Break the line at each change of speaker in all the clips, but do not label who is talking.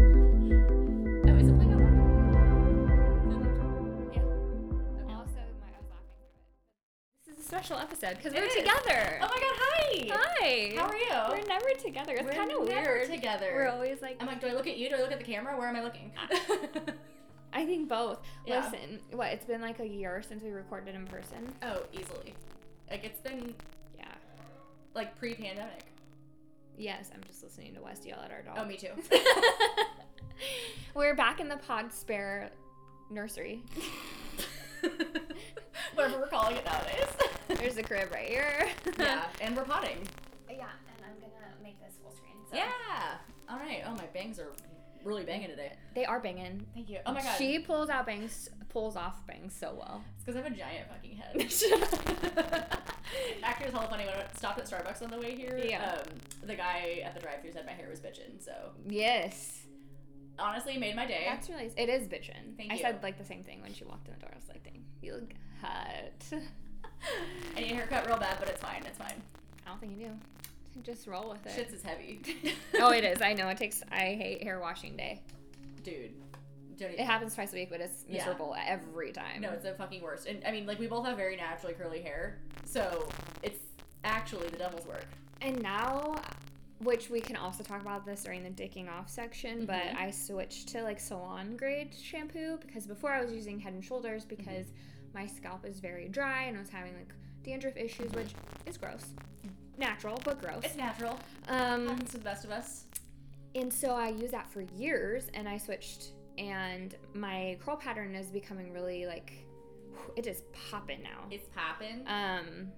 Oh, is it playing on that? Yeah. Okay.
Also, my, I was laughing through
This is a special episode because
It
we're
is.
together.
it. Oh my god, hi!
Hi.
How are you?
We're never together. It's
We're
kind of
never
weird.
together.
We're always like,
I'm like, do I look at you? Do I look at the camera? Where am I looking?
I think both.
Yeah.
Listen, what? It's been like a year since we recorded in person.
oh, easily. Like it's been
Yeah.
like pre-pandemic.
Yes, I'm just listening to West yell at our dog.
Oh, me too.
We're back in the pod spare nursery.
Whatever we're calling it nowadays.
There's a crib right here.
yeah, and we're potting.
Yeah, and I'm gonna make this full screen.
Yeah. All right. Oh, my bangs are really banging today.
They are banging.
Thank you. Oh my god.
She pulls out bangs, pulls off bangs so well.
It's because I have a giant fucking head. Actually, it was hella funny when I stopped at Starbucks on the way here.
Yeah.
Um, the guy at the drive-thru said my hair was bitchin', so
Yes.
honestly, it made my day.
That's really, it is bitchin'.
Thank
I
you.
said like the same thing when she walked in the door. I was like, dang, you look hot.
I need a haircut real bad, but it's fine. It's fine.
I don't think you do. Just roll with it.
Shits is heavy.
oh, it is. I know. It takes, I hate hair washing day.
dude. Don't
It happens twice a week, but it's
Yeah.
miserable every time.
No, it's the fucking worst. And I mean, like we both have very naturally curly hair, so it's actually the devil's work.
And now, which we can also talk about this during the dicking off section,
Mhm.
but I switched to like salon grade shampoo because before I was using Head and Shoulders
Mm-hmm.
because my scalp is very dry and I was having like dandruff issues,
Mhm.
which is gross. Natural, but gross.
It's natural.
Um,
Happens to the best of us.
and so I used that for years and I switched, and my curl pattern is becoming really like, it is popping now.
It's poppin'.
Um,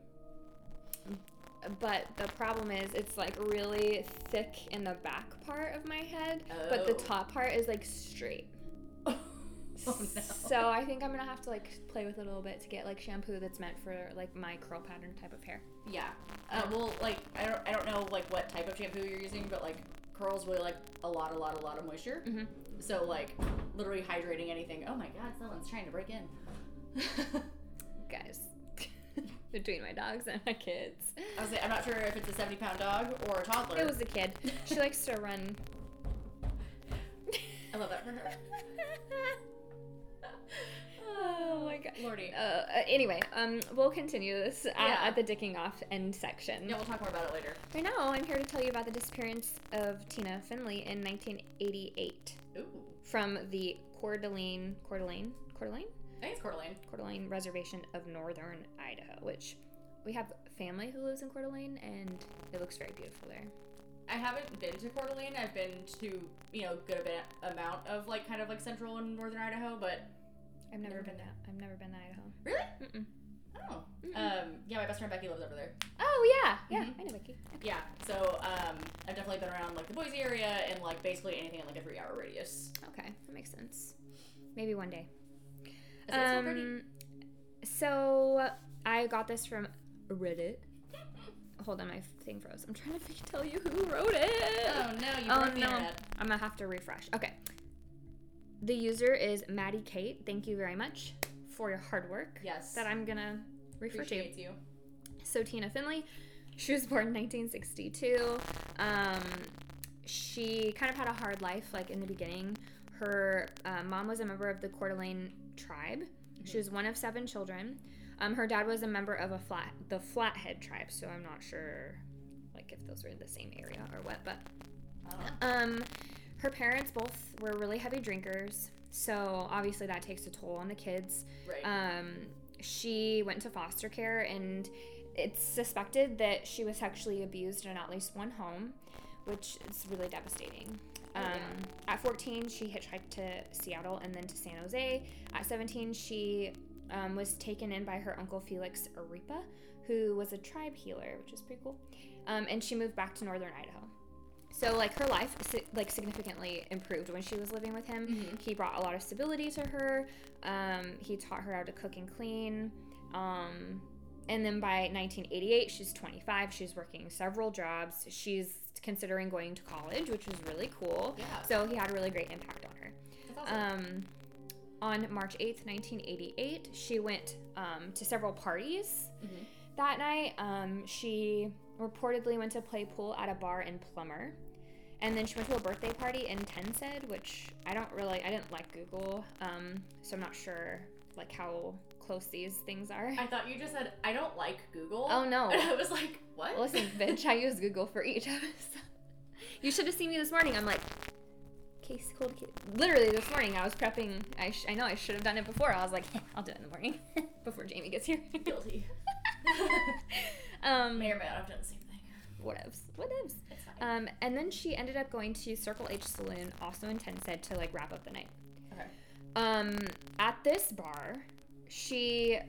but the problem is it's like really thick in the back part of my head, but the
Oh.
top part is like straight.
oh no.
So I think I'm gonna have to like play with it a little bit to get like shampoo that's meant for like my curl pattern type of hair.
Yeah. Uh, well, like I don't, I don't know like what type of shampoo you're using, but like curls will like a lot, a lot, a lot of moisture.
Mhm.
So like literally hydrating anything. Oh my God, someone's trying to break in.
Guys, between my dogs and my kids,
I was like, I'm not sure if it's a 70 pound dog or a toddler.
it was a kid. She likes to run.
I love that for her.
Oh my god.
Lordy.
Uh, uh, anyway, um, we'll continue this at,
Yeah.
at the dicking off end section.
Yeah, we'll talk more about it later.
Right now, I'm here to tell you about the disappearance of Tina Finley in 1988
Ooh,
from the Coeur d'Alene, Coeur d'Alene, Coeur d'Alene,
I think it's Coeur d'Alene.
Coeur d'Alene Reservation of Northern Idaho, which we have family who lives in Coeur d'Alene, and it looks very beautiful there.
I haven't been to Coeur d'Alene. I've been to you know good a bit amount of like kind of like central and northern Idaho, but
I've never,
Never
been
been
to I've never been to Idaho.
Really?
Mm-mm.
oh,
Mm-mm.
um, yeah, my best friend Becky lives over there.
oh yeah, yeah.
Mhm.
I know Vicky.
Yeah, so um, I've definitely been around like the Boise area and like basically anything in like a three hour radius.
Okay, that makes sense. Maybe one day.
Is it so pretty?
Um, so I got this from Reddit. Hold on, my thing froze. I'm trying to fi- tell you who wrote it.
Oh no, you
oh,
broke the
no.
internet.
I'm gonna have to refresh. Okay. The user is Maddie Kate. Thank you very much for your hard work
Yes,
that I'm gonna refer to.
appreciates you.
So Tina Finley, she was born in 1962. Um, she kind of had a hard life, like in the beginning. Her uh, mom was a member of the Coeur d'Alene tribe. She was one of seven children. Um, her dad was a member of a flat, the Flathead tribe. So I'm not sure, like if those were in the same area or what. But
Oh.
um, her parents both were really heavy drinkers. So obviously that takes a toll on the kids
Right.
um, she went to foster care and it's suspected that she was sexually abused in at least one home which is really devastating
Oh,
um,
yeah.
at 14 she hitchhiked to seattle and then to san jose at 17 she um, was taken in by her uncle felix aripa who was a tribe healer which is pretty cool um, and she moved back to northern idaho so like her life si- like significantly improved when she was living with him
Mhm.
he brought a lot of stability to her um, he taught her how to cook and clean. Um, and then by 1988, she's 25. She's working several jobs. She's considering going to college, which was really cool.
Yeah.
So he had a really great impact on her.
That's awesome.
Um, on March 8th, 1988, she went um, to several parties
Mhm.
That night, um, she reportedly went to play pool at a bar in Plummer. And then she went to a birthday party in Tensed, which I don't really, I didn't like Google, um, so I'm not sure like how close these things are.
I thought you just said I don't like Google.
Oh no!
And I was like, what?
Listen, bitch, I use Google for each episode. You should have seen me this morning. I'm like, case cold case. Literally this morning, I was prepping. I, sh- I know I should have done it before. I was like, I'll do it in the morning before Jamie gets here.
Guilty.
um,
May or may not have done the same thing.
whatevs, whatevs.
It's fine.
Um, and then she ended up going to Circle H Saloon, also in Tensed, to like wrap up the night.
okay.
Um, at this bar, she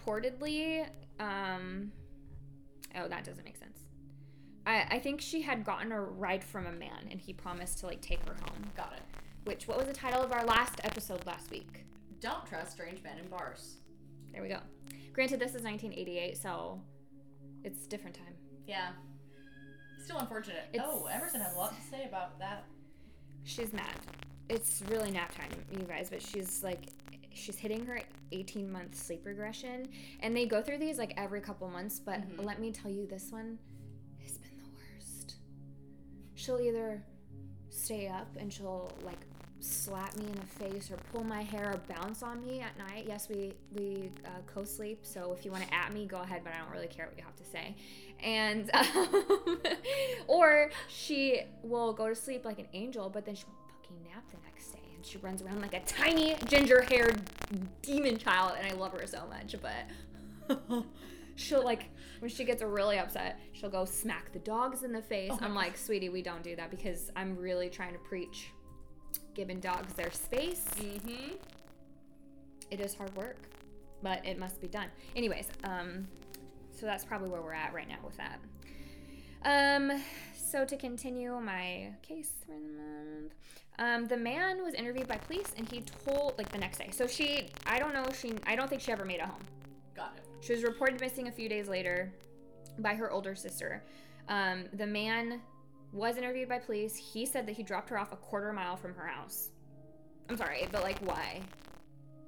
reportedly, um, oh, that doesn't make sense. I, I think she had gotten a ride from a man and he promised to like take her home.
Got it.
Which, what was the title of our last episode last week?
Don't trust strange men in bars.
There we go. Granted, this is 1988, so it's different time.
Yeah. Still unfortunate.
It's-
Oh, Emerson has a lot to say about that.
She's mad. It's really nap time, you guys, but she's like she's hitting her 18 month sleep regression and they go through these like every couple months, but
Mhm.
let me tell you this one has been the worst. She'll either stay up and she'll like slap me in the face or pull my hair or bounce on me at night. Yes, we we uh, co-sleep, so if you want to at me, go ahead, but I don't really care what you have to say. And um, or she will go to sleep like an angel, but then she will fucking nap the next day, and she runs around like a tiny ginger-haired demon child, and I love her so much, but. She'll like when she gets really upset, she'll go smack the dogs in the face.
Oh my
I'm
God.
like, sweetie, we don't do that because I'm really trying to preach giving dogs their space.
Mm-hmm.
It is hard work, but it must be done. Anyways, um, so that's probably where we're at right now with that. Um, so to continue my case for the month, um, the man was interviewed by police and he told like the next day. So she, I don't know, she, I don't think she ever made it home.
Got it.
She was reported missing a few days later by her older sister. Um, the man was interviewed by police. He said that he dropped her off a quarter mile from her house. I'm sorry, but like, why?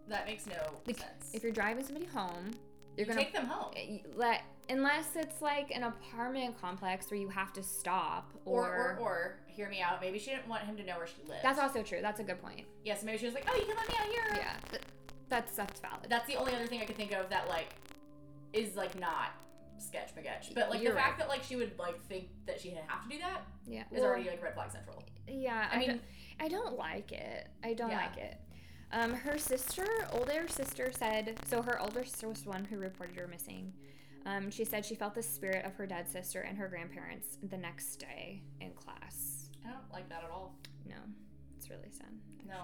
That makes no
Like,
sense.
If you're driving somebody home, you're
You
gonna
take them home.
let unless it's like an apartment complex where you have to stop
Or,
or.
or, or, hear me out. Maybe she didn't want him to know where she lived.
that's also true. That's a good point.
Yeah, so maybe she was like, oh, you can let me out here.
Yeah, th- that's that's valid.
That's the only other thing I could think of that, like, is, like, not sketch magetch. But, like,
You're
the fact that,
right.
like, she would, like, think that she didn't have to do that
yeah,
is
Well,
already, like, red flag central.
Yeah,
I
I,
mean-
mean, I don't like it. I don't
Yeah.
like it. Um, her sister, older sister, said so. Her older sister was the one who reported her missing. Um, she said she felt the spirit of her dead sister and her grandparents the next day in class.
I don't like that at all.
No, it's really sad.
No.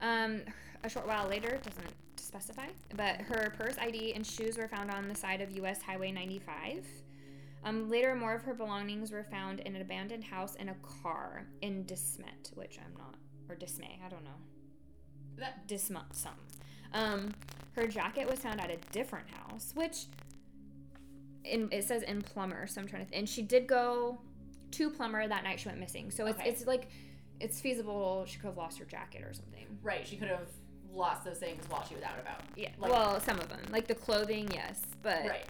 Actually. Um, a short while later, doesn't specify, but her purse, ID, and shoes were found on the side of U.S. Highway 95. Um, later, more of her belongings were found in an abandoned house and a car in Dismet, which I'm not, or Dismay, I don't know.
That-
Dismut, something. Um, her jacket was found at a different house, which in, it says in Plumber, so I'm trying to, th- and she did go to Plumber that night she went missing. So it's,
Okay.
it's like, it's feasible she could have lost her jacket or something.
Right, she could have lost those things while she was out and about.
Yeah.
Like-
well, some of them, like the clothing, yes, but
Right.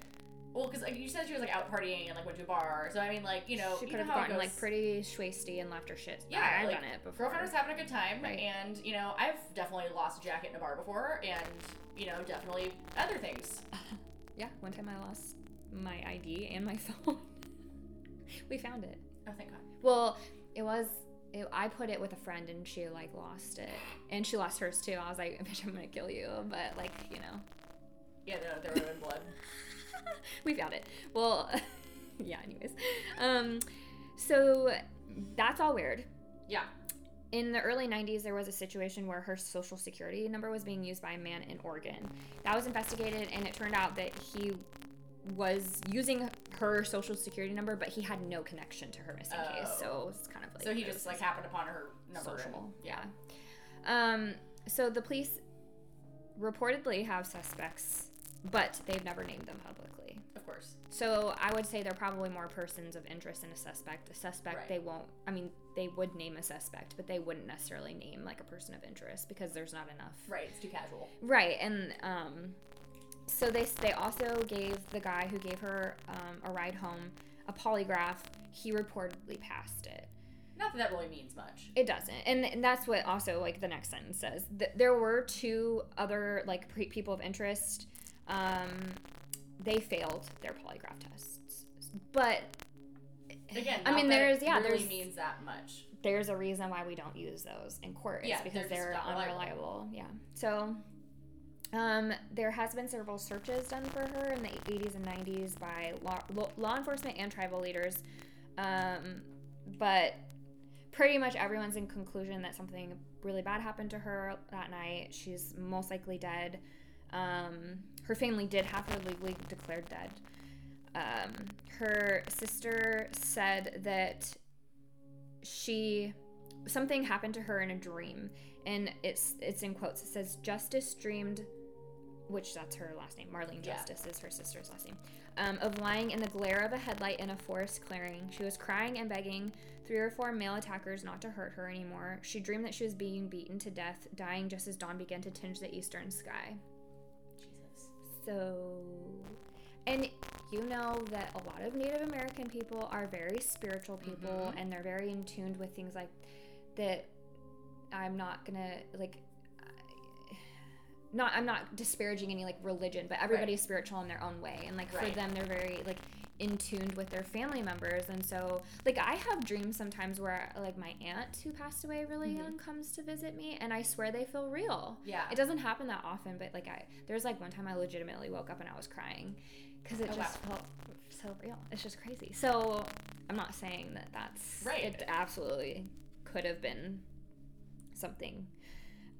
Well, because like, you said she was, like, out partying and, like, went to a bar. So, I mean, like, you know,
she
you
could
know
have
how it
gotten like
goes.
pretty schwasty and left her shit.
Yeah,
I, I've
like,
done it before.
girlfriend was having a good time
Right.
and you know i've definitely lost a jacket in a bar before and you know definitely other things
yeah, one time I lost my ID and my phone. we found it.
oh thank god
Well, it was. It, I put it with a friend and she like lost it, and she lost hers too. I was like, "Bitch, I'm gonna kill you," but like, you know,
yeah no, there would have been blood
we found it. Well, yeah. Anyways, um, so that's all weird.
yeah
in the early 90s there was a situation where her social security number was being used by a man in oregon that was investigated and it turned out that he was using her social security number but he had no connection to her missing case
Oh.
so it's kind of like
so he
it
just
was
like happened upon her number and-
social
yeah
um so the police reportedly have suspects but they've never named them publicly
of course
so I would say they're probably more persons of interest in a suspect. A suspect
Right.
they won't. I mean, they would name a suspect, but they wouldn't necessarily name like a person of interest because there's not enough.
right it's too casual
Right, and um, so they they also gave the guy who gave her um, a ride home a polygraph. He reportedly passed it.
Not that that really means much.
It doesn't, and, and that's what also like the next sentence says. Th- there were two other like pre- people of interest. Um, they failed their polygraph tests, but
Again,
I
not
mean,
that
there
it
is- yeah,
really
there's-
means that much.
there's a reason why we don't use those in court. It's
Yeah, they're
because
just
they're,
not reliable.
unreliable. Yeah. So um, there has been several searches done for her in the 80s and 90s by law, law, law enforcement and tribal leaders. Um, but pretty much everyone's in conclusion that something really bad happened to her that night. She's most likely dead. Um, her family did have her legally declared dead. Um, her sister said that she something happened to her in a dream, and it's it's in quotes. It says Justice dreamed, which that's her last name. Marlene
Yeah.
Justice is her sister's last name. Um, of lying in the glare of a headlight in a forest clearing, she was crying and begging three or four male attackers not to hurt her anymore. She dreamed that she was being beaten to death, dying just as dawn began to tinge the eastern sky.
Jesus.
So, and you know that a lot of Native American people are very spiritual people
Mhm.
and they're very in tuned with things like that. I'm not gonna like, not, I'm not disparaging any like religion, but everybody's spiritual in their own way. And like for
Right.
them, they're very like in tuned with their family members. And so, like, I have dreams sometimes where like my aunt who passed away really
Mhm.
young comes to visit me and I swear they feel real.
Yeah.
It doesn't happen that often, but like I, there's like one time I legitimately woke up and I was crying because it
Oh,
just felt so real. It's just crazy. So I'm not saying that that's
Right.
It absolutely could have been something.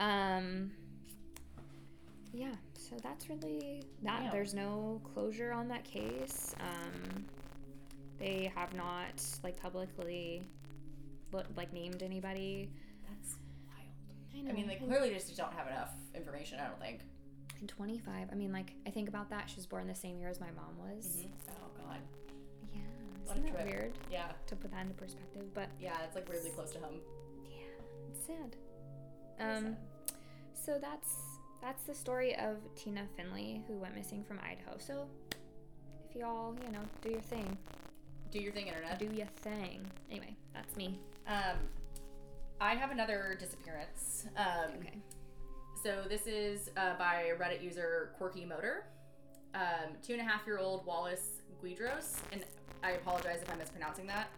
Um. Yeah. So that's really that.
Wow.
There's no closure on that case. Um. They have not like publicly, lo- like named anybody.
That's wild.
know,
I mean, they clearly just don't have enough information. I don't think.
And 25. I mean, like, I think about that. She was born the same year as my mom was.
Oh God.
Yeah.
What a
Isn't that
trip.
weird
Yeah.
to put that into perspective? But
Yeah. It's like weirdly close to home.
yeah, it's sad.
Very
Um,
sad.
so that's that's the story of Tina Finley who went missing from Idaho. So if y'all, you know, do your thing,
Do your thing, internet.
do your thing. Anyway, that's me.
Um, I have another disappearance. Um,
Okay.
So this is uh, by Reddit user Quirky Motor. Um, two and a half year old Wallace Guidros, and I apologize if I'm mispronouncing that,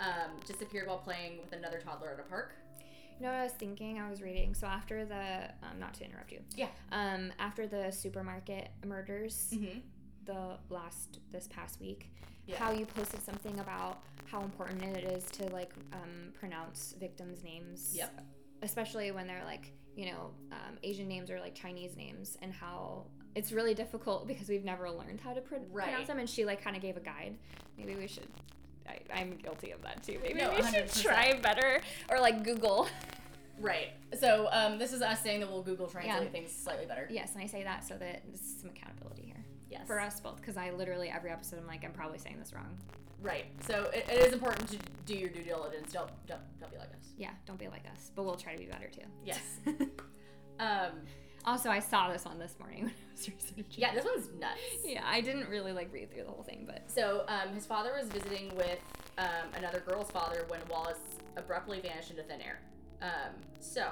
um, disappeared while playing with another toddler at a park.
You know what I was thinking? I was reading. So after the, um, not to interrupt you.
Yeah.
Um, after the supermarket murders,
Mm-hmm.
the last this past week
Yeah.
how you posted something about how important it is to like um, pronounce victims names
Yep.
especially when they're like you know um, asian names or like chinese names and how it's really difficult because we've never learned how to pro-
Right.
pronounce them and she like kind of gave a guide maybe we should I, i'm guilty of that too maybe
No,
we should
100%.
try better or like google
Right. So um, this is us saying that we'll Google translate
Yeah.
things slightly better.
yes and i say that so that there's some accountability here
Yes.
for us both because i literally every episode i'm like i'm probably saying this wrong
Right. So it, it is important to do your due diligence. Don't don't, don't be like us.
Yeah, don't be like us, but we'll try to be better too.
Yes. Um,
also, I saw this one this morning when I was researching.
yeah. This one's nuts.
Yeah, I didn't really like read through the whole thing, but
So um, his father was visiting with um, another girl's father when Wallace abruptly vanished into thin air. Um, so,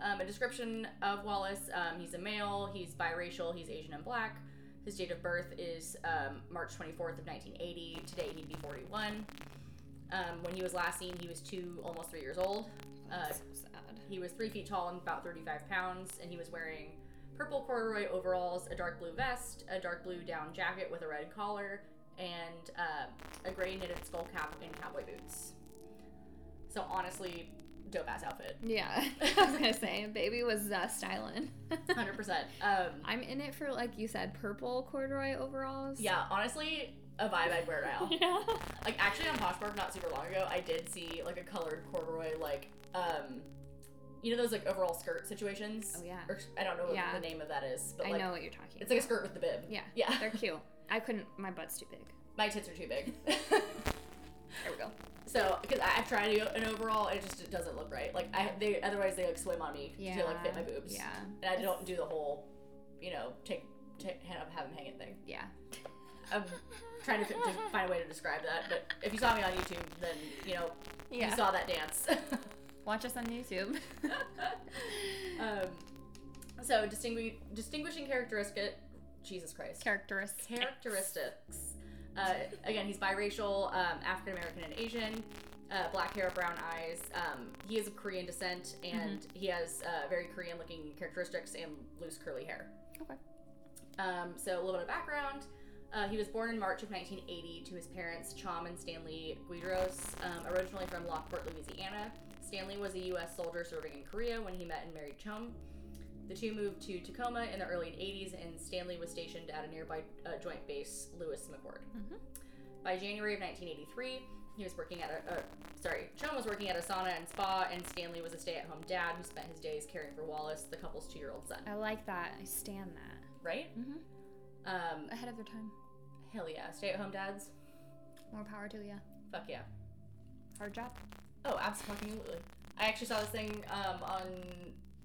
um, a description of Wallace: um, he's a male, he's biracial, he's Asian and black. His date of birth is um, March 24th of 1980. Today he'd be 41. Um, when he was last seen, he was two, almost three years old. Uh,
that's so sad.
he was three feet tall and about 35 pounds, and he was wearing purple corduroy overalls, a dark blue vest, a dark blue down jacket with a red collar, and uh, a gray knitted skull cap and cowboy boots. So honestly, dope ass outfit,
Yeah, I was gonna say, baby was uh, styling.
100%. Um,
I'm in it for like you said, purple corduroy overalls. Oh,
yeah, honestly, a vibe I'd wear now.
Yeah.
Like actually on Poshmark not super long ago, I did see like a colored corduroy like um, you know those like overall skirt situations.
Oh, yeah.
Or, I don't know what
Yeah.
the name of that is, but
I
like
know what you're talking.
it's like a
about.
skirt with the bib.
Yeah.
Yeah.
They're cute. I couldn't. My butt's too big.
my tits are too big.
There we go.
so, because I, I tried an overall, it just it doesn't look right. Like I, they otherwise they like swim on me
Yeah.
to like fit my boobs.
Yeah.
And I don't do the whole you know, take, take have, have him hang it thing.
Yeah.
I'm trying to fi- just find a way to describe that, but if you saw me on YouTube, then you know you saw that dance.
Watch us on YouTube.
um, so distinguishing distinguishing characteristic, Jesus Christ,
Characteristics.
characteristics. Uh, again, he's biracial, um, African American and Asian, uh, black hair, brown eyes. Um, he is of Korean descent, and he has uh, very Korean looking characteristics and loose curly hair.
Okay.
Um, so a little bit of background. Uh, he was born in March of 1980 to his parents, Chom and Stanley Guidros, um, originally from Lockport, Louisiana. Stanley was a U.S. soldier serving in Korea when he met and married Chom. The two moved to Tacoma in the early 80s, and Stanley was stationed at a nearby uh, joint base, Lewis McCord.
Mhm.
By January of 1983, he was working at a, uh, sorry, Chum was working at a sauna and spa, and Stanley was a stay-at-home dad who spent his days caring for Wallace, the couple's two-year-old son.
I like that. I stand that.
Right?
Mm-hmm.
Um,
Ahead of their time.
hell yeah, stay-at-home dads.
More power to you.
Fuck yeah.
Hard job.
Oh, absolutely. I actually saw this thing um, on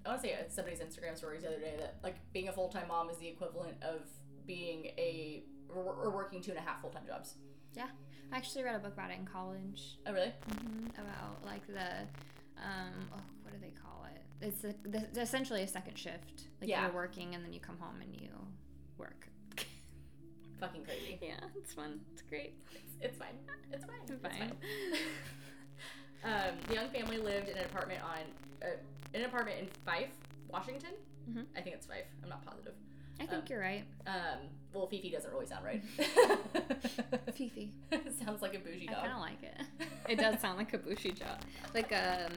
I want to say it's somebody's Instagram stories the other day that like being a full time mom is the equivalent of being a or, or working two and a half full time jobs.
I actually read a book about it in college
Oh, really?
hmm about like the, um, oh, what do they call it? It's the, the, essentially a second shift. Like
Yeah.
you're working and then you come home and you work.
Fucking crazy.
Yeah, it's fun. It's great.
It's fine. It's fine. It's
Fine.
um, the young family lived in an apartment on uh, in an apartment in Fife, Washington.
Mhm.
I think it's Fife. I'm not positive.
I think you're right.
Um, well, Fifi doesn't really sound right.
Fifi.
Sounds like a bougie
I
dog.
kind of like it. It does sound like a bushy jaw. Like um,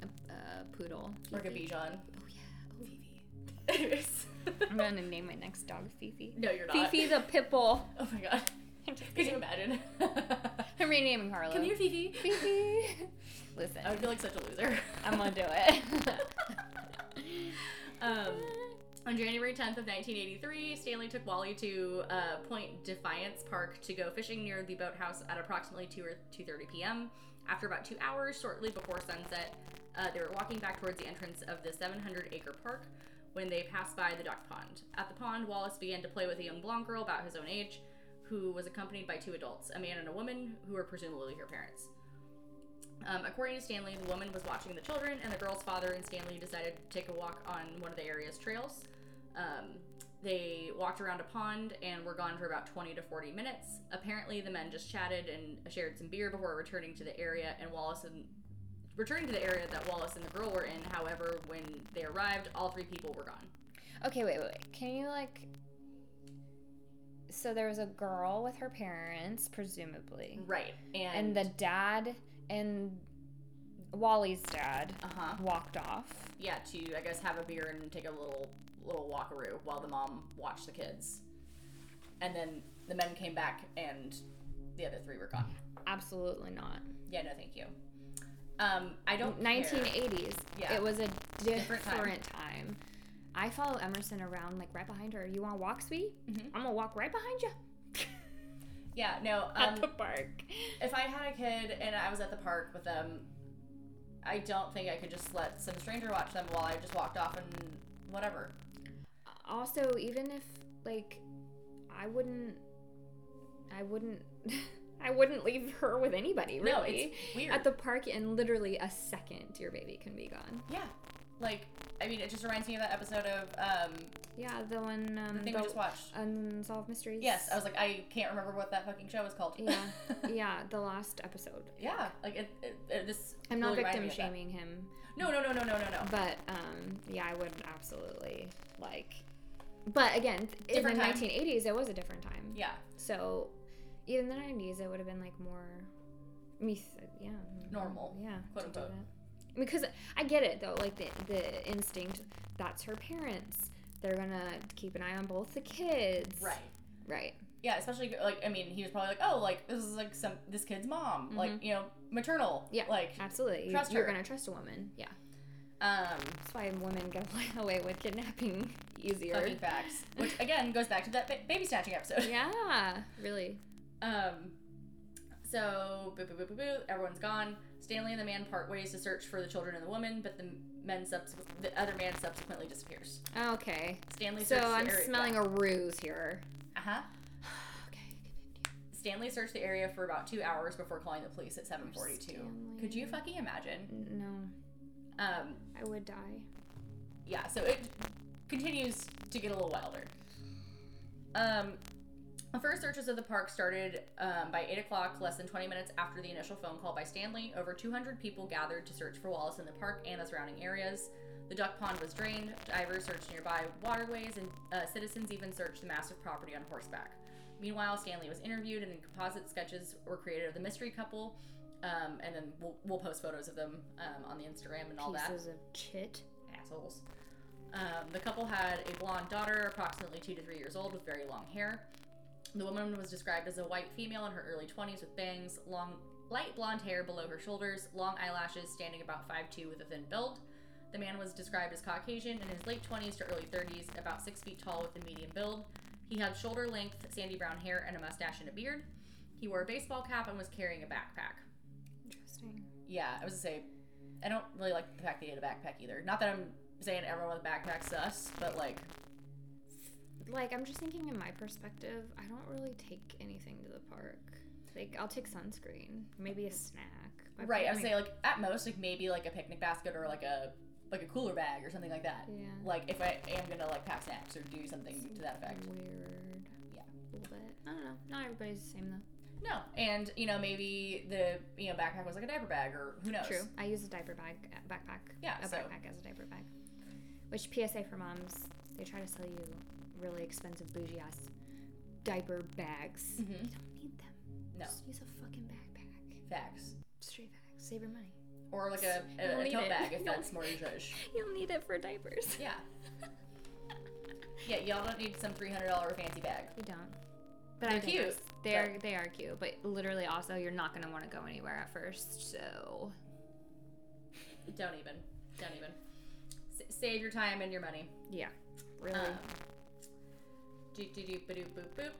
a, a poodle.
like a
Fifi.
Bichon.
Oh, yeah. Oh,
Anyways.
I'm going to name my next dog Fifi.
no, you're not.
Fifi the Pitbull.
Oh my god.
I'm just
Could you
kidding.
imagine?
I'm renaming Harlow.
Come here, Fifi.
Fifi. Listen,
I would feel like such a loser.
I'm going to do it.
um, on January 10th of 1983, Stanley took Wally to uh, Point Defiance Park to go fishing near the boathouse at approximately 2 or 2:30 p.m. After about two hours, shortly before sunset, uh, they were walking back towards the entrance of the 700-acre park when they passed by the duck pond. At the pond, Wallace began to play with a young blonde girl about his own age, who was accompanied by two adults, a man and a woman, who were presumably her parents. Um, according to Stanley, the woman was watching the children, and the girl's father and Stanley decided to take a walk on one of the area's trails. Um, they walked around a pond and were gone for about 20 to 40 minutes. Apparently, the men just chatted and shared some beer before returning to the area, and Wallace and returning to the area that Wallace and the girl were in. However, when they arrived, all three people were gone.
okay, wait, wait, wait. Can you, like. So there was a girl with her parents, presumably.
Right,
And
and,
the dad and Wally's dad
uh huh,
walked off.
yeah, to I guess have a beer and take a little little walkaroo while the mom watched the kids, and then the men came back and the other three were gone.
Absolutely not.
Yeah, no, thank you. Um, I don't. care.
1980s.
Yeah.
It was a different,
Different time.
time. I follow Emerson around, like right behind her. You want to walk, sweetie?
Mhm.
I'm gonna walk right behind you
Yeah, no.
at
Um,
the park.
if I had a kid and I was at the park with them, I don't think I could just let some stranger watch them while I just walked off and whatever.
Also, even if like, I wouldn't, I wouldn't, I wouldn't leave her with anybody. Really.
No, it's weird.
at the park in literally a second, your baby can be gone.
yeah, like I mean, it just reminds me of that episode of um,
Yeah, the one um,
the thing we
about
just watched.
unsolved mysteries.
Yes, I was like, I can't remember what that fucking show was called.
Yeah. yeah, the last episode.
yeah, like it, it, it- this.
I'm not
really reminded
victim
me of that. Oh.
shaming him.
No, no, no, no, no, no, no.
But um, yeah, I would absolutely like. But again, th- in the
Different time.
1980s, it was a different time.
Yeah,
So even the 90s, it would have been like more, me, th- yeah, mm,
Normal,
yeah,
quote
to do
unquote.
that. Because I get it though, like the the instinct. That's her parents. They're gonna keep an eye on both the kids.
right.
Right.
Yeah, especially like I mean, he was probably like, oh, like this is like some this kid's mom, like you know, maternal.
Mm-hmm. Yeah.
like
Absolutely. You-
Trust
You're
her.
gonna trust a woman. Yeah.
um,
That's why women get away with kidnapping easier.
fucking facts. Which again goes back to that ba- baby snatching episode.
Yeah. Really.
Um, So, boo, boo, boo, boo, boo, everyone's gone. Stanley and the man part ways to search for the children and the woman, but the men subs- the other man subsequently disappears.
Okay.
Stanley.
So
searches the
I'm
area-
smelling a ruse here.
Uh huh.
Okay.
Stanley searched the area for about two hours before calling the police at 7:42. Could you fucking imagine?
No,
Um,
I would die.
yeah, so it continues to get a little wilder. Um, the first searches of the park started um, by 8 o'clock, less than 20 minutes after the initial phone call by Stanley. Over 200 people gathered to search for Wallace in the park and the surrounding areas. The duck pond was drained, divers searched nearby waterways, and uh, citizens even searched the massive property on horseback. Meanwhile, Stanley was interviewed, and then composite sketches were created of the mystery couple. Um, and then we'll, we'll post photos of them um, on the Instagram and all that
Pieces of chit.
assholes. Um, the couple had a blonde daughter, approximately two to three years old, with very long hair. The woman was described as a white female in her early 20s with bangs, long, light blonde hair below her shoulders, long eyelashes, standing about 5'2 with a thin build. The man was described as Caucasian in his late 20s to early 30s, about 6 feet tall with a medium build. He had shoulder length, sandy brown hair, and a mustache and a beard. He wore a baseball cap and was carrying a backpack.
Interesting.
Yeah, I was gonna say, I don't really like the fact that he had a backpack either. Not that I'm saying everyone with a backpack's sus, but like,
Like I'm just thinking in my perspective, I don't really take anything to the park. Like I'll take sunscreen, maybe a snack. My
right? I would
parent
say like at most like maybe like a picnic basket or like a like a cooler bag or something like that.
may- Yeah.
Like if I am gonna like pack snacks or do something to that effect.
Weird.
Yeah.
A little bit. I don't know. Not everybody's the same though.
No, and you know maybe the you know backpack was like a diaper bag or who knows.
True. I use a diaper bag, a backpack.
Yeah,
a
so-
backpack as a diaper bag. Which PSA for moms, they try to sell you really expensive bougie ass diaper bags.
hmm
You don't need them.
No
Just use a fucking backpack.
facts
Straight back. Save your money.
or like a,
You don't
a, a
need
tote
it.
bag if
You
that's more your judge.
You'll need it for diapers.
Yeah. Yeah, y'all don't need some three hundred dollar fancy bag.
You don't. But
They're
I digress.
cute,
They're they are cute, but literally also you're not gonna want to go anywhere at first. So
Don't even. Don't even. S- save your time and your money.
yeah, really.
Um, do do do ba boop boop.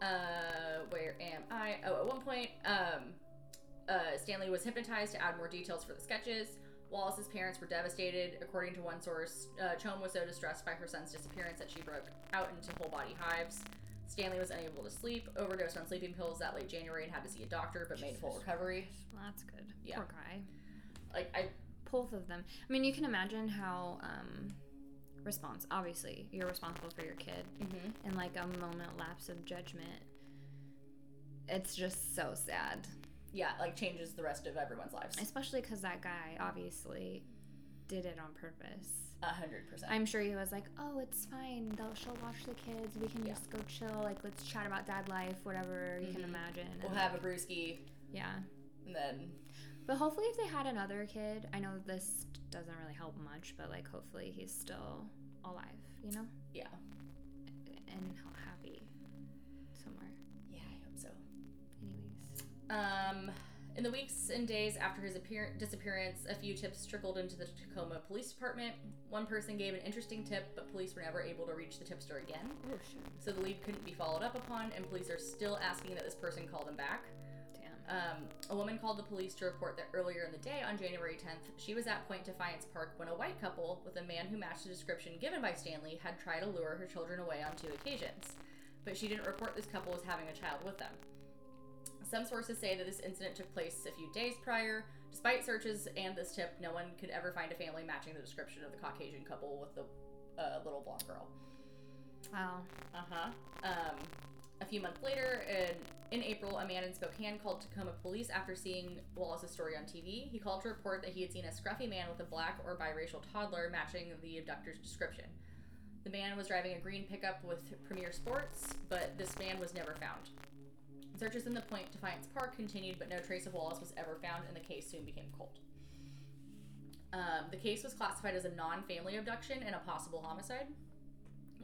Uh, where am I? Oh, at one point, um, uh, Stanley was hypnotized to add more details for the sketches. Wallace's parents were devastated. According to one source, uh, Chom was so distressed by her son's disappearance that she broke out into whole body hives. Stanley was unable to sleep, overdosed on sleeping pills that late January, and had to see a doctor but made full
Jesus
recovery.
well, that's good.
yeah.
Poor guy.
Like I,
Both of them. I mean, you can imagine how um, response. Obviously, you're responsible for your kid, and like a moment lapse of judgment. It's just so sad.
yeah, like changes the rest of everyone's lives.
Especially because that guy obviously did it on purpose.
A hundred percent.
I'm sure he was like, oh, it's fine. They'll, she'll watch the kids. We can
Yeah.
just go chill. Like, let's chat about dad life, whatever you
Mhm.
can imagine.
We'll
And,
have a brewski,
yeah.
and then
But hopefully, if they had another kid, I know this doesn't really help much, but like, hopefully, he's still alive, you know,
yeah,
and ha- happy somewhere.
yeah, I hope so.
Anyways.
Um, in the weeks and days after his appear- disappearance, a few tips trickled into the Tacoma Police Department. One person gave an interesting tip, but police were never able to reach the tipster again,
Oh, shit.
so the lead couldn't be followed up upon, and police are still asking that this person call them back.
Damn.
Um, a woman called the police to report that earlier in the day, on January 10th, she was at Point Defiance Park when a white couple, with a man who matched the description given by Stanley, had tried to lure her children away on two occasions. But she didn't report this couple as having a child with them. Some sources say that this incident took place a few days prior. Despite searches and this tip, no one could ever find a family matching the description of the Caucasian couple with the uh, little blonde girl.
Wow.
Uh-huh. Um, a few months later, in, in April, a man in Spokane called Tacoma police after seeing Wallace's story on TV. He called to report that he had seen a scruffy man with a black or biracial toddler matching the abductor's description. The man was driving a green pickup with Premier Sports, but this man was never found. Searches in the Point Defiance Park continued, but no trace of Wallace was ever found, and the case soon became cold. Um, the case was classified as a non family abduction and a possible homicide.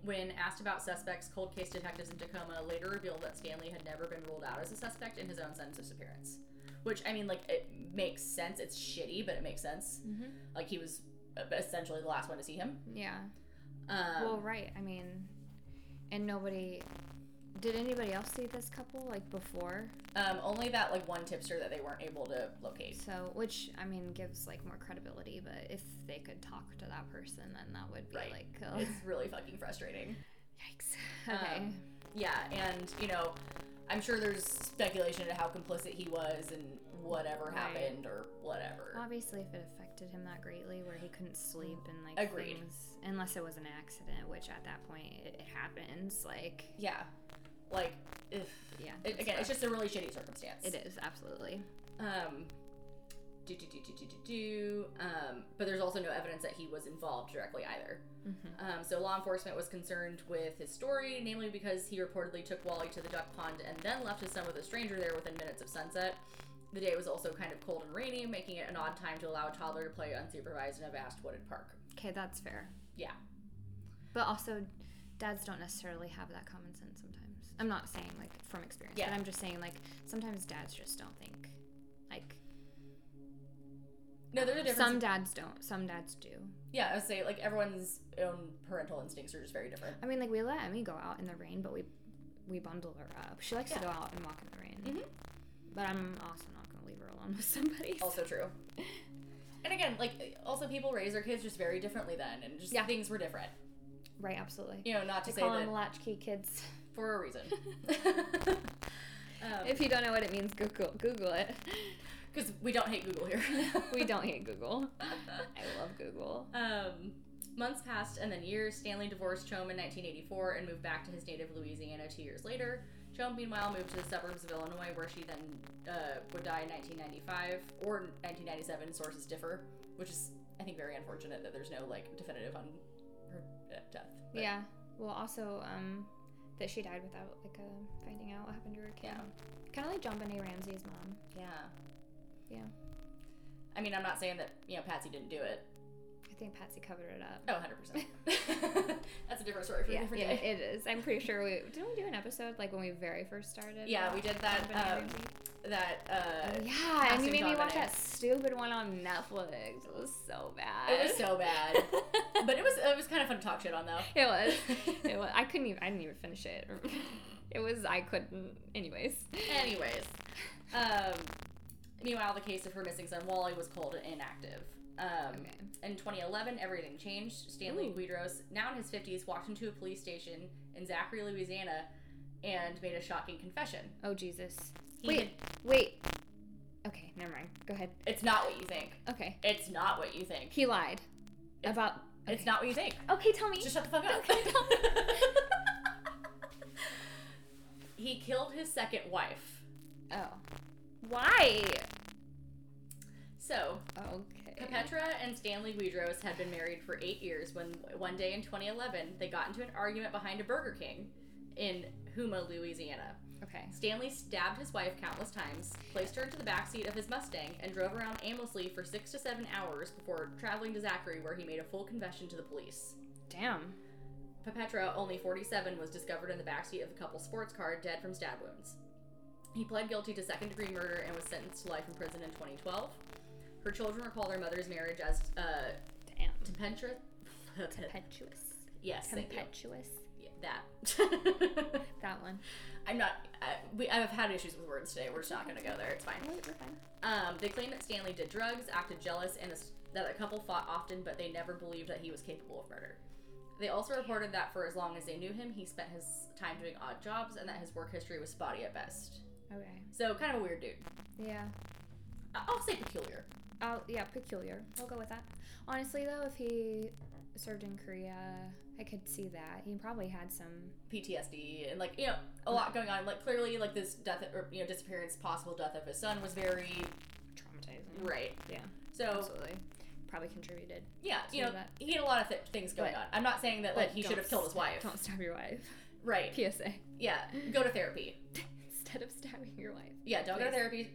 When asked about suspects, cold case detectives in Tacoma later revealed that Stanley had never been ruled out as a suspect in his own son's disappearance. Which, I mean, like, it makes sense. It's shitty, but it makes sense.
Mm-hmm.
Like, he was uh, essentially the last one to see him.
Yeah.
Um,
well, right. I mean, and nobody Did anybody else see this couple like before?
Um, only that like one tipster that they weren't able to locate.
So, which I mean gives like more credibility, but if they could talk to that person, then that would be
Right.
like, oh,
It's really fucking frustrating.
yikes. Okay.
Um, yeah, and you know, I'm sure there's speculation into how complicit he was and whatever
Right.
happened or whatever.
Obviously, if it affected him that greatly, where he couldn't sleep and like
Agreed.
things, unless it was an accident, which at that point it, it happens. Like,
Yeah, like if,
yeah,
it, again, it's just a really shitty circumstance.
it is absolutely
Um, do do do do do do do. Um, but there's also no evidence that he was involved directly either.
Mm-hmm.
Um, so law enforcement was concerned with his story, namely because he reportedly took Wally to the duck pond and then left his son with a stranger there within minutes of sunset. The day was also kind of cold and rainy, making it an odd time to allow a toddler to play unsupervised in a vast wooded park.
okay. That's fair,
Yeah,
but also dads don't necessarily have that common sense sometimes. I'm not saying like from experience,
Yeah.
but I'm just saying like sometimes dads just don't think like
no, there's a difference.
some dads don't, some dads do.
yeah, I would say like everyone's own parental instincts are just very different.
I mean, like we let Emmy go out in the rain, but we we bundle her up. She likes to
Yeah.
go out and walk in the rain.
Mhm.
But I'm also not gonna leave her alone with somebody. so-
Also true. And again, like also people raise their kids just very differently then, and just
Yeah.
things were different.
Right, absolutely.
You know, not to
I
say
call them
that
latchkey kids.
for a reason. um,
If you don't know what it means, Google Google it.
Because we don't hate Google here.
We don't hate Google. I love Google.
um, months passed and then years. Stanley divorced Chom in 1984 and moved back to his native Louisiana two years later. Chom, meanwhile, moved to the suburbs of Illinois, where she then uh, would die in 1995 or 1997. Sources differ, which is, I think, very unfortunate that there's no like definitive on her uh, death. But-
Yeah. Well, also um, that she died without like uh, finding out what happened to her kid.
Yeah.
Kind of like John Benet Ramsey's mom.
Yeah.
Yeah.
I mean, I'm not saying that you know Patsy didn't do it.
I think Patsy covered it up.
Oh, 100. percent That's a different story for a
Yeah,
different
yeah,
day.
it is. I'm pretty sure we didn't we do an episode like when we very first started.
Yeah,
about
we did that.
John Benet
Um,
Ramsey?
that uh,
Oh, yeah, and
Casting
you made me
John
watch
Benet.
that stupid one on Netflix. It was so bad.
it was so bad. but it was it was kind of fun to talk shit on though.
It was. It was. I couldn't even. I didn't even finish it. It was. I couldn't. Anyways.
Anyways, um, meanwhile, the case of her missing son Wally was called inactive. Um,
Okay.
In 2011, everything changed. Stanley
Ooh.
Guidros, now in his 50s, walked into a police station in Zachary, Louisiana, and made a shocking confession.
Oh Jesus.
He
Wait.
had-
Wait. Okay. Never mind. Go ahead.
it's not what you think.
Okay.
It's not what you think.
He lied
It's-
about. Okay.
It's not what you think.
Okay. Tell me.
Just shut the fuck up.
Okay,
he killed his second wife.
oh. Why?
So,
Okay.
Pepetra and Stanley Guidros had been married for eight years when one day in 2011 they got into an argument behind a Burger King in Huma, Louisiana.
Okay.
Stanley stabbed his wife countless times, placed her into the backseat of his Mustang, and drove around aimlessly for six to seven hours before traveling to Zachary, where he made a full confession to the police.
Damn.
Pepetra, only 47, was discovered in the backseat of the couple's sports car, dead from stab wounds. He pled guilty to second degree murder and was sentenced to life in prison in 2012. Her children recall their mother's marriage as uh,
Damn.
tempestuous.
Tempestuous.
yes, thank you.
Tempestuous.
Yeah, that.
That one.
I'm not. I, we, I've had issues with words today. We're just not going to go there. It's fine.
No, we're fine.
Um, they claim that Stanley did drugs, acted jealous, and this, that the couple fought often, but they never believed that he was capable of murder. They also reported that for as long as they knew him, he spent his time doing odd jobs and that his work history was spotty at best.
Okay.
So, kind of a weird dude.
Yeah.
I- I'll say peculiar.
Oh yeah, peculiar. We'll go with that. Honestly, though, if he served in Korea, I could see that he probably had some.
PTSD and like you know a lot going on. Like clearly, like this death or you know disappearance, possible death of his son was very
Traumatizing.
right.
Yeah.
So
Absolutely. Probably contributed.
yeah, you know
that.
he had a lot of th- things going
But-
on. I'm not saying that like he
don't
should have killed his
s-
wife.
Don't stab your wife.
Right?
PSA.
Yeah, go to therapy.
Instead of stabbing your wife,
Yeah, don't go to
Please.
therapy.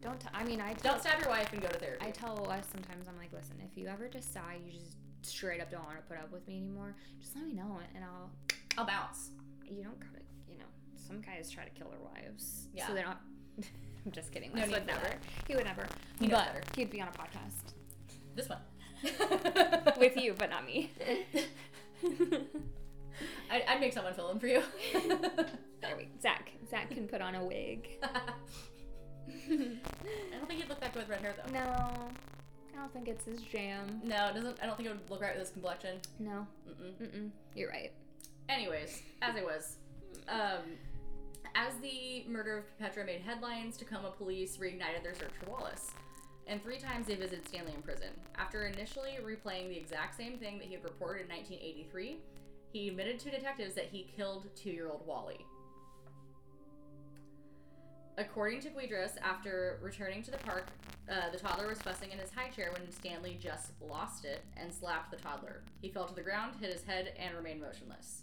don't. T- I mean, I tell,
Don't stab your wife and go to therapy.
I tell us sometimes. I'm like, listen, if you ever decide you just straight up don't want to put up with me anymore, just let me know, and I'll.
I'll bounce.
You don't gotta. You know, some guys try to kill their wives,
Yeah.
so they're not. I'm just kidding.
No
Wes
need
would
for
never.
that.
He would never.
He knows
but
better.
he'd be on a podcast.
This one.
with you, but not me.
I, I'd make someone fill in for you.
There we Zach. Zach can put on a wig.
I don't think he'd look that good with red hair though.
No, I don't think it's his jam.
No, it doesn't. I don't think it would look right with his complexion.
No,
Mm-mm.
mm-mm. You're right.
Anyways, as I was, um, as the murder of Petra made headlines, Tacoma police reignited their search for Wallace. And three times they visited Stanley in prison. After initially replaying the exact same thing that he had reported in 1983, he admitted to detectives that he killed two year old Wally. According to Guidris, after returning to the park, uh, the toddler was fussing in his high chair when Stanley just lost it and slapped the toddler. He fell to the ground, hit his head, and remained motionless.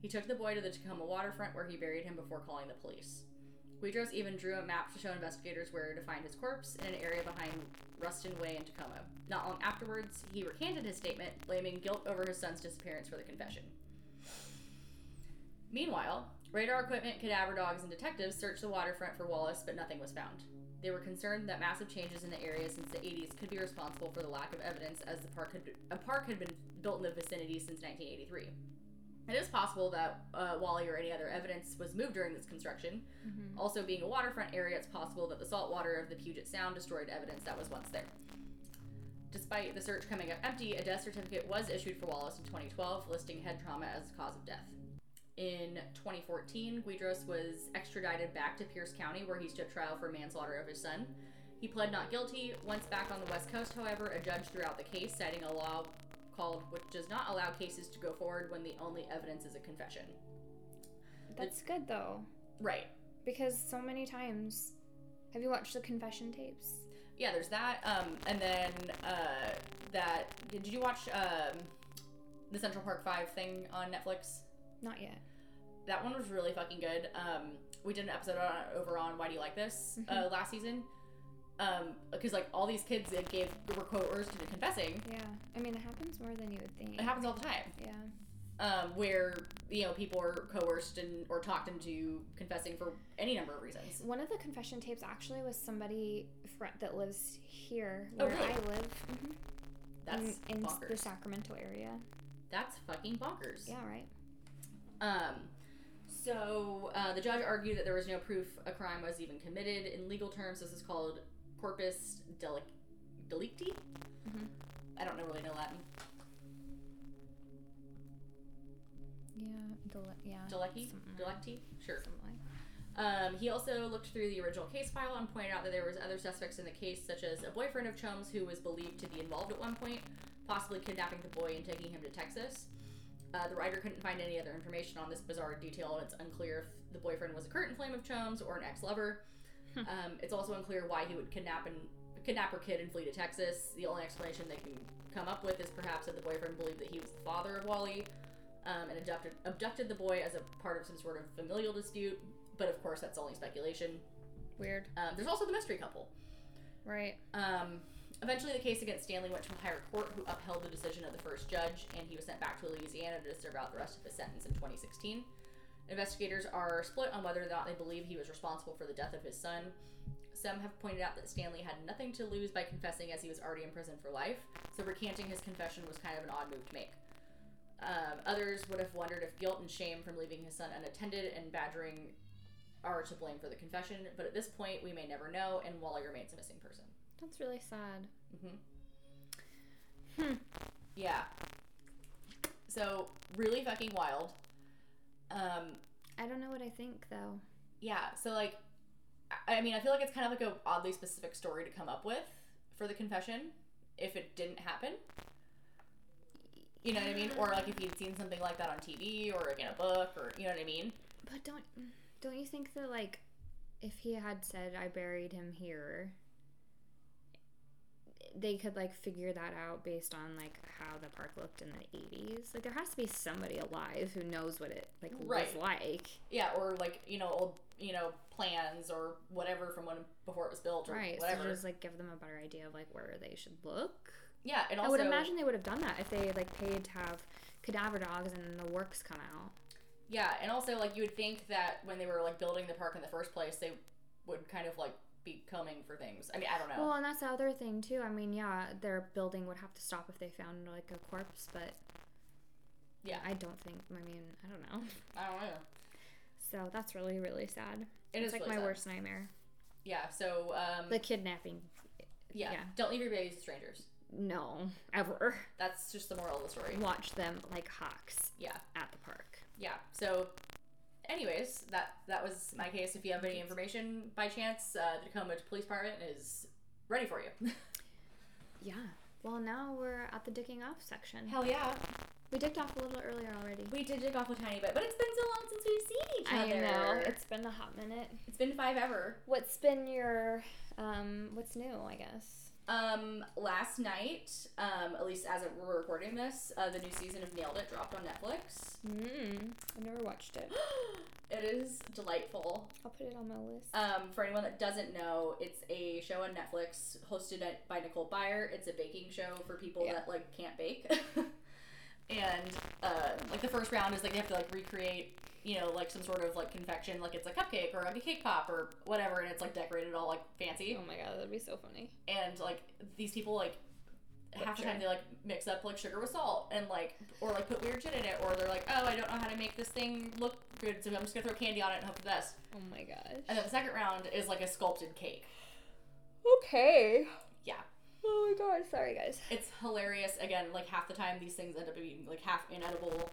He took the boy to the Tacoma waterfront where he buried him before calling the police. Guidros even drew a map to show investigators where to find his corpse in an area behind Ruston Way in Tacoma. Not long afterwards, he recanted his statement, blaming guilt over his son's disappearance for the confession. Meanwhile, radar equipment, cadaver dogs, and detectives searched the waterfront for Wallace, but nothing was found. They were concerned that massive changes in the area since the 80s could be responsible for the lack of evidence, as the park had, a park had been built in the vicinity since 1983. It is possible that uh, Wally or any other evidence was moved during this construction.
Mm-hmm.
Also, being a waterfront area, it's possible that the salt water of the Puget Sound destroyed evidence that was once there. Despite the search coming up empty, a death certificate was issued for Wallace in 2012, listing head trauma as the cause of death. In 2014, Guidros was extradited back to Pierce County, where he stood trial for manslaughter of his son. He pled not guilty. Once back on the West Coast, however, a judge threw out the case, citing a law called which does not allow cases to go forward when the only evidence is a confession.
That's good though,
Right.
because so many times, have you watched the confession tapes?
Yeah, there's that. Um, and then uh, that. Did you watch um, the Central Park 5 thing on Netflix?
Not yet.
That one was really fucking good. Um, we did an episode on it over on Why Do You Like This
Mm-hmm.
uh, last season. Because, like, all these kids that gave were quote coerced into confessing.
Yeah, I mean it happens more than you would think.
It happens all the time.
Yeah,
Um, where, you know, people are coerced and or talked into confessing for any number of reasons.
one of the confession tapes actually was somebody fr- that lives here
Oh,
where
really? Mm-hmm.
I live mhm,
That's
in, in the
bonkers.
Sacramento area.
That's fucking bonkers.
Yeah, right.
Um, so uh, the judge argued that there was no proof a crime was even committed. In legal terms, this is called corpus delic- delicti.
Mhm.
I don't know really know Latin.
Yeah, del- yeah.
Delecti?
something like-
Delecti? Sure.
something like-
Um, he also looked through the original case file and pointed out that there was other suspects in the case, such as a boyfriend of Chum's who was believed to be involved at one point, possibly kidnapping the boy and taking him to Texas. Uh, the writer couldn't find any other information on this bizarre detail, and it's unclear if the boyfriend was a current flame of Chum's or an ex-lover.
Hmm.
um, it's also unclear why he would kidnap and kidnap her kid and flee to Texas. The only explanation they can come up with is perhaps that the boyfriend believed that he was the father of Wally um, and abducted abducted the boy as a part of some sort of familial dispute. But of course, that's only speculation.
Weird.
Um, there's also the mystery couple.
Right.
Um, eventually, the case against Stanley went to a higher court, who upheld the decision of the first judge, and he was sent back to Louisiana to serve out the rest of his sentence in 2016. Investigators are split on whether or not they believe he was responsible for the death of his son. Some have pointed out that Stanley had nothing to lose by confessing, as he was already in prison for life, so recanting his confession was kind of an odd move to make. Um, others would have wondered if guilt and shame from leaving his son unattended and badgering are to blame for the confession, but at this point, we may never know, and Wally remains a missing person.
That's really sad.
Mm-hmm.
Hmm.
Yeah. So really fucking wild. Um.
I don't know what I think though.
Yeah. So like, I I mean, I feel like it's kind of like a oddly specific story to come up with for the confession, if it didn't happen. You know what I mean? Or like if you'd seen something like that on TV or like in a book or you know what I mean?
But don't don't you think that like if he had said I buried him here they could like figure that out based on like how the park looked in the 80s. Like there has to be somebody alive who knows what it like
Right.
was like.
Yeah. Or like you know old you know plans or whatever from when before it was built or
Right.
whatever.
So just like give them a better idea of like where they should look.
yeah. And also
I would imagine they would have done that if they like paid to have cadaver dogs and the works come out.
Yeah, and also like you would think that when they were like building the park in the first place, they would kind of like be coming for things. I mean, I don't know.
Well, and that's the other thing too. I mean, yeah, their building would have to stop if they found like a corpse, but
Yeah.
I don't think. I mean, I don't know.
I don't know.
So that's really really sad.
It
it's
is
like
really
my
sad.
worst nightmare.
Yeah. So um,
The kidnapping.
yeah,
yeah.
don't leave your babies to strangers.
No, ever
That's just the moral of the story.
watch them like hawks
Yeah.
at the park.
yeah so anyways that that was my case if you have any information by chance uh, the tacoma police department is ready for you
Yeah. Well, now we're at the dicking off section.
hell yeah
We dicked off a little earlier already.
we did dig off a tiny bit but it's been so long since we've seen each
I
other
know it's been a hot minute.
it's been five ever
What's been your um? What's new? I guess.
um last night um at least as of we're recording this uh, the new season of nailed it dropped on netflix
Mm. I've never watched it.
it is delightful
I'll put it on my list.
Um, for anyone that doesn't know, it's a show on Netflix hosted at, by Nicole Byer. It's a baking show for people
Yeah.
that like can't bake. and uh, like the first round is like they have to like recreate, you know, like some sort of like confection, like it's a cupcake or like a cake pop or whatever, and it's like decorated all like fancy.
oh my god, that'd be so funny.
And like these people like half the
Butcher.
time they like mix up like sugar with salt and like or like put weird shit in it or they're like, oh, I don't know how to make this thing look good, so I'm just gonna throw candy on it and hope for the best.
Oh my
And
gosh.
then the second round is like a sculpted cake.
Okay.
Yeah.
Oh my god. Sorry guys.
It's hilarious. Again, like half the time these things end up being like half inedible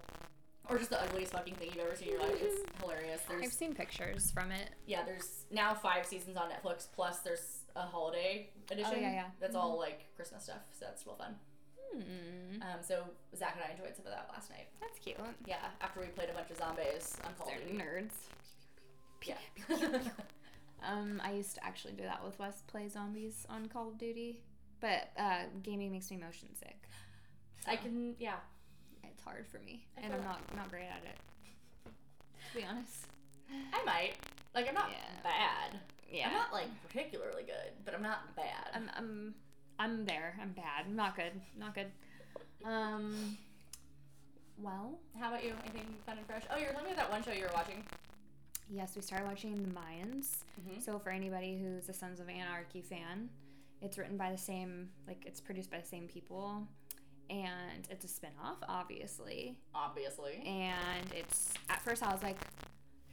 or just the ugliest fucking thing you've ever seen in your life. It's hilarious.
I've
There's
seen pictures from it.
yeah, there's now five seasons on Netflix plus there's a holiday edition.
Oh, yeah, yeah. Mm-hmm.
That's all like Christmas stuff, so that's real fun.
Hmm.
Um, so Zach and I enjoyed some of that last night.
That's cute.
Yeah, after we played a bunch of zombies on Call of
They're
Duty.
nerds.
Yeah.
Um, I used to actually do that with Wes play zombies on Call of Duty, but uh, gaming makes me motion sick.
I can yeah.
It's hard for me,
I
and
feel
I'm not not great at it. To be honest.
I might. Like I'm not
Yeah.
bad.
Yeah.
I'm not like particularly good, but I'm not bad.
I'm I'm I'm there. I'm bad. I'm not good. Not good. Um. Well,
How about you? Anything fun and fresh? Oh, you're telling me that one show you were watching.
yes, we started watching The Mayans.
Mhm.
So for anybody who's a Sons of Anarchy fan, it's written by the same like it's produced by the same people, and it's a spin-off, obviously.
Obviously.
And it's at first I was like,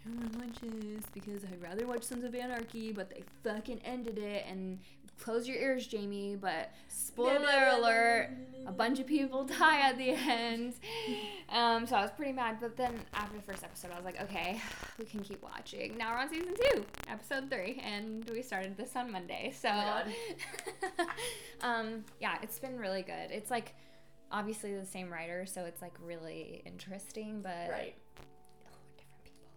I don't want to watch this because I'd rather watch Sons of Anarchy, but they fucking ended it. And close your ears, Jamie. But spoiler alert. a bunch of people die at the end. Um, so I was pretty mad, but then after the first episode, I was like, okay, we can keep watching. Now we're on season two, episode three, and we started this on Monday. So,
Oh my
um, yeah, it's been really good. It's like obviously the same writer, so it's like really interesting, but
Right.
oh, different people.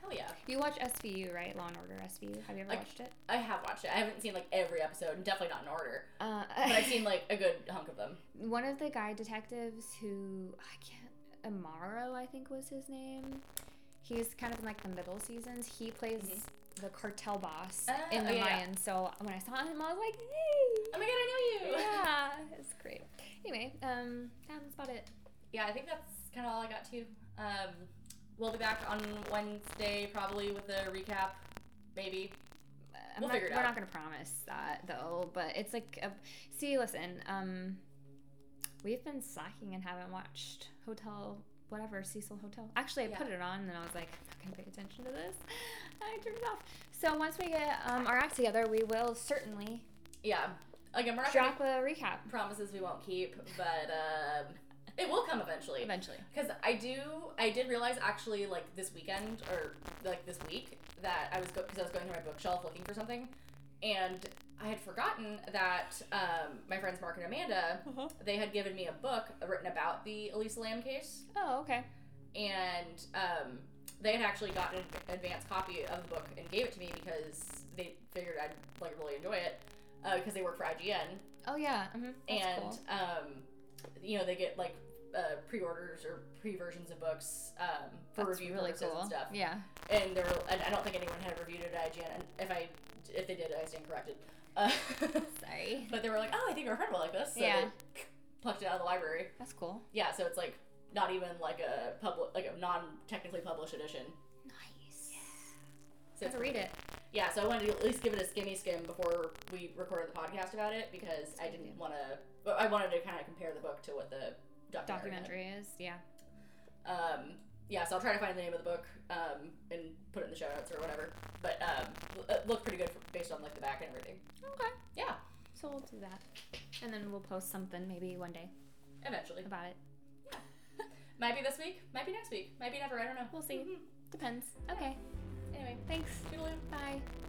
Hell yeah.
You watch SVU, right? Law and Order SVU. Have you ever
Like-
watched it?
I have watched it. I haven't seen like every episode, and definitely not in order.
Uh,
But I've seen like a good hunk of them.
one of the guy detectives who I can't Amaro I think was his name. He's kind of in like the middle seasons. He plays the cartel boss
Ah,
in
Mm-hmm.
the
oh, yeah, yeah.
Mayan. So uh, when I saw him, I was like, "Hey,
Oh my god, I know you.
yeah, it's great." Anyway, um, yeah, that's about it.
Yeah, I think that's kind of all I got too. Um, we'll be back on Wednesday probably with a recap, maybe.
I'm
We'll
not,
figure it
we're
out.
not gonna promise that though, but it's like, a, see, listen, um, we've been slacking and haven't watched Hotel whatever Cecil Hotel. Actually, I
Yeah.
put it on and then I was like, I'm not gonna pay attention to this. I turned it off. So once we get um, our act together, we will certainly
Yeah. Again, we're not gonna
drop a recap
make promises we won't keep, but um, it will come eventually.
eventually.
Because I do, I did realize actually, like this weekend or like this week, that I was because I was going through my bookshelf looking for something, and I had forgotten that um, my friends Mark and Amanda, they had given me a book written about the Elisa Lamb case,
Oh, okay.
and um, they had actually gotten an advance copy of the book and gave it to me because they figured I'd like really enjoy it uh, because they work for IGN,
Oh yeah. Mm-hmm.
and um, you know they get like uh, pre-orders or pre-versions of books um, for
That's
review
really
purposes
cool.
and stuff.
Yeah.
And there, were, and I don't think anyone had reviewed it at IGN. And if I, if they did, I stand corrected. Uh,
Sorry.
but they were like, oh, I think our friend will like this. So
Yeah.
They plucked it out of the library.
That's cool.
Yeah. So it's like not even like a public, like a non-technically published edition.
Nice.
So it's
Gotta read it.
Yeah. So I wanted to at least give it a skimmy skim before we recorded the podcast about it because I
good
didn't
idea.
want to. I wanted to kind of compare the book to what the documentary. meant.
Documentary is yeah.
Um, yeah, so I'll try to find the name of the book um, and put it in the show notes or whatever. But um, l- it looked pretty good for, based on like the back and everything.
Okay.
Yeah,
So we'll do that. And then we'll post something maybe one day
eventually.
about it.
Might be this week. Might be next week. Might be never. I don't know. Mm-hmm.
We'll see.
Mhm.
Depends. Okay.
Anyway,
Thanks.
toodaloo.
Bye.